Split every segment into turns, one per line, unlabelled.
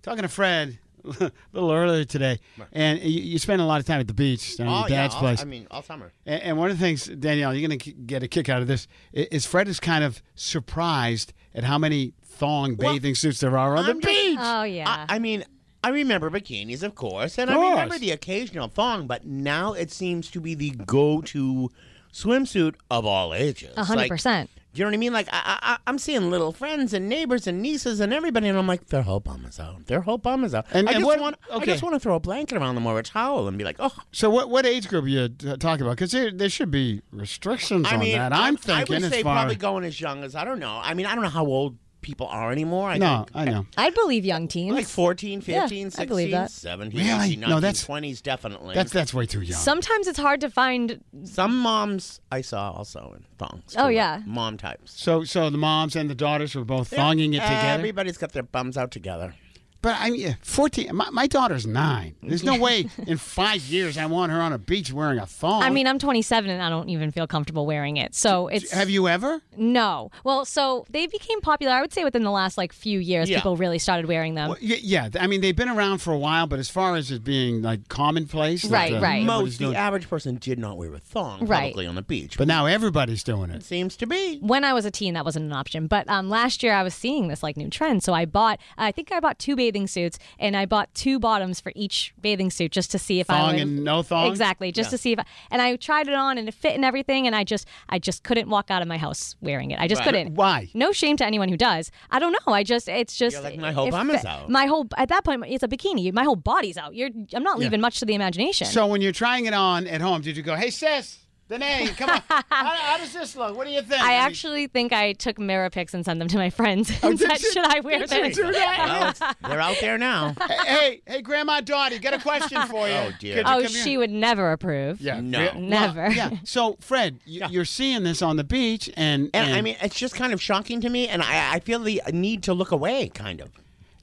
Talking to Fred a little earlier today, and you, you spend a lot of time at the beach down at your dad's
all-
place.
Oh, I mean, all summer.
And, and one of the things, Danielle, you're going to get a kick out of this, i- is Fred is kind of surprised at how many thong bathing suits there are on
I'm
the
just-
beach.
Oh yeah.
I, I mean, I remember bikinis, of course, and
Course.
I remember the occasional thong, but now it seems to be the go-to swimsuit of all ages.
A hundred
Like,
percent.
You know what I mean? Like I, I, I'm seeing little friends and neighbors and nieces and everybody, and I'm like, their whole bum is out. Their whole bum is out.
And-
I,
and
just
what-
want, I
okay.
just want to throw a blanket around them or a towel and be like, oh.
so, what, what age group are you t- talking about? Because there, there should be restrictions
I
on
mean,
that.
I-
I'm thinking
I would
as
say
far
probably going as young as I don't know. I mean, I don't know how old people are anymore. I
No,
think,
I know.
I'd believe young teens.
Like 14,
Yeah,
15,
I believe
16,
that.
17,
Really?
18,
No,
19,
that's-
20s, definitely.
That's that's way too young.
Sometimes it's hard to find.
Some moms I saw also in thongs.
Oh,
too,
yeah.
mom types.
so so the moms and the daughters were both thonging it together.
Everybody's got their bums out together.
But I mean, 14. My, my daughter's nine. There's no way in five years I want her on a beach wearing a thong.
I mean, I'm 27 and I don't even feel comfortable wearing it. So it's
have you ever?
no. Well, so they became popular. I would say within the last like few years,
Yeah.
people really started wearing them.
Well, y- yeah, I mean, they've been around for a while, but as far as it being like commonplace, that,
Right,
uh,
right.
nobody's
Most, the
doing-
average person did not wear a thong,
Right.
probably on the beach.
But now everybody's doing it.
seems to be.
when I was a teen, that wasn't an option. But um, last year, I was seeing this like new trend, so I bought. I think I bought two bathing suits, and I bought two bottoms for each bathing suit just to see if I
Thong
would,
and no thong?
exactly, just to see if. I, and I tried it on, and it fit and everything, and I just, I just couldn't walk out of my house wearing it. I just
Right.
couldn't.
Why?
No shame to anyone who does. I don't know. I just, it's just
You're like, my whole
it
bum is
fit-
out.
My whole at that point, it's a bikini. My whole body's out. You're, I'm not leaving much to the imagination.
So when you're trying it on at home, did you go, "Hey sis, Danae, come on, how, how does this look? What do you think?"
I
mean,
actually think I took mirror pics and sent them to my friends.
Oh,
and
did
said,
you-
should I wear
did you
this?
do that?
Well, it's- they're out there now.
hey, hey, Grandma Dottie, got a question for you.
Oh, dear.
Could you come
Oh,
here?
she would never approve.
Yeah.
No.
Well,
Never.
yeah. So, Fred, you, you're seeing this on the beach, and,
And I mean, it's just kind of shocking to me, and I, I feel the need to look away, kind of.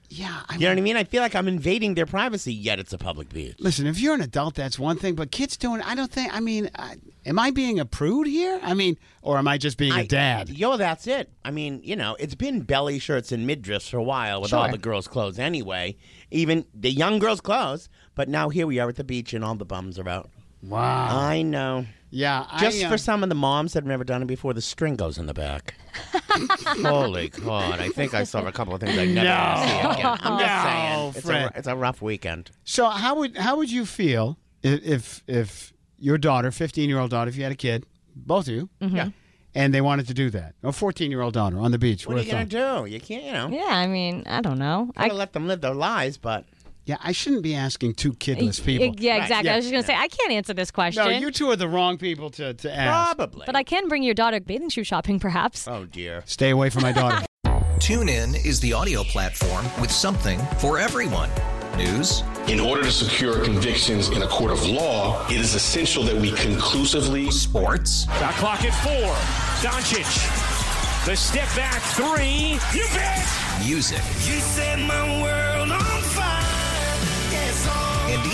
yeah. I
You know what I mean? I feel like I'm invading their privacy, yet it's a public beach.
Listen, if you're an adult, that's one thing, but kids doing, I don't think, I mean, I, am I being a prude here? I mean, or am I just being a
I-
dad?
Yo, that's it. I mean, you know, it's been belly shirts and midriffs for a while with all the girls' clothes anyway, even the young girls' clothes. But now here we are at the beach and all the bums are out.
Wow.
I know.
Ah. yeah. I,
Just
uh,
for some of the moms that have never done it before, the string goes in the back. Holy God. I think I saw a couple of things I never want to see again. I'm just saying. It's
Fred.
a, it's a rough weekend.
So, how would how would you feel i- if if your daughter, 15 year old daughter, if you had a kid, both of you,
Yeah.
and they wanted to do that, or 14 year old daughter on the beach?
What are
with
you going
them?
to do? You can't, you know.
Yeah, I mean, I don't know.
I
I,
gotta let them live their lives, but
Yeah, I shouldn't be asking two kidless people.
yeah, exactly.
yeah,
I was just gonna say I can't answer this question.
No, you two are the wrong people to, to ask.
probably.
but I can bring your daughter bathing shoe shopping, perhaps.
oh, dear.
Stay away from my daughter.
TuneIn is the audio platform with something for everyone. News,
In order to secure convictions in a court of law, it is essential that we conclusively.
sports,
Shot clock at four. Doncic. The step back three. You bet.
music,
you set my world on fire. Yes, all
and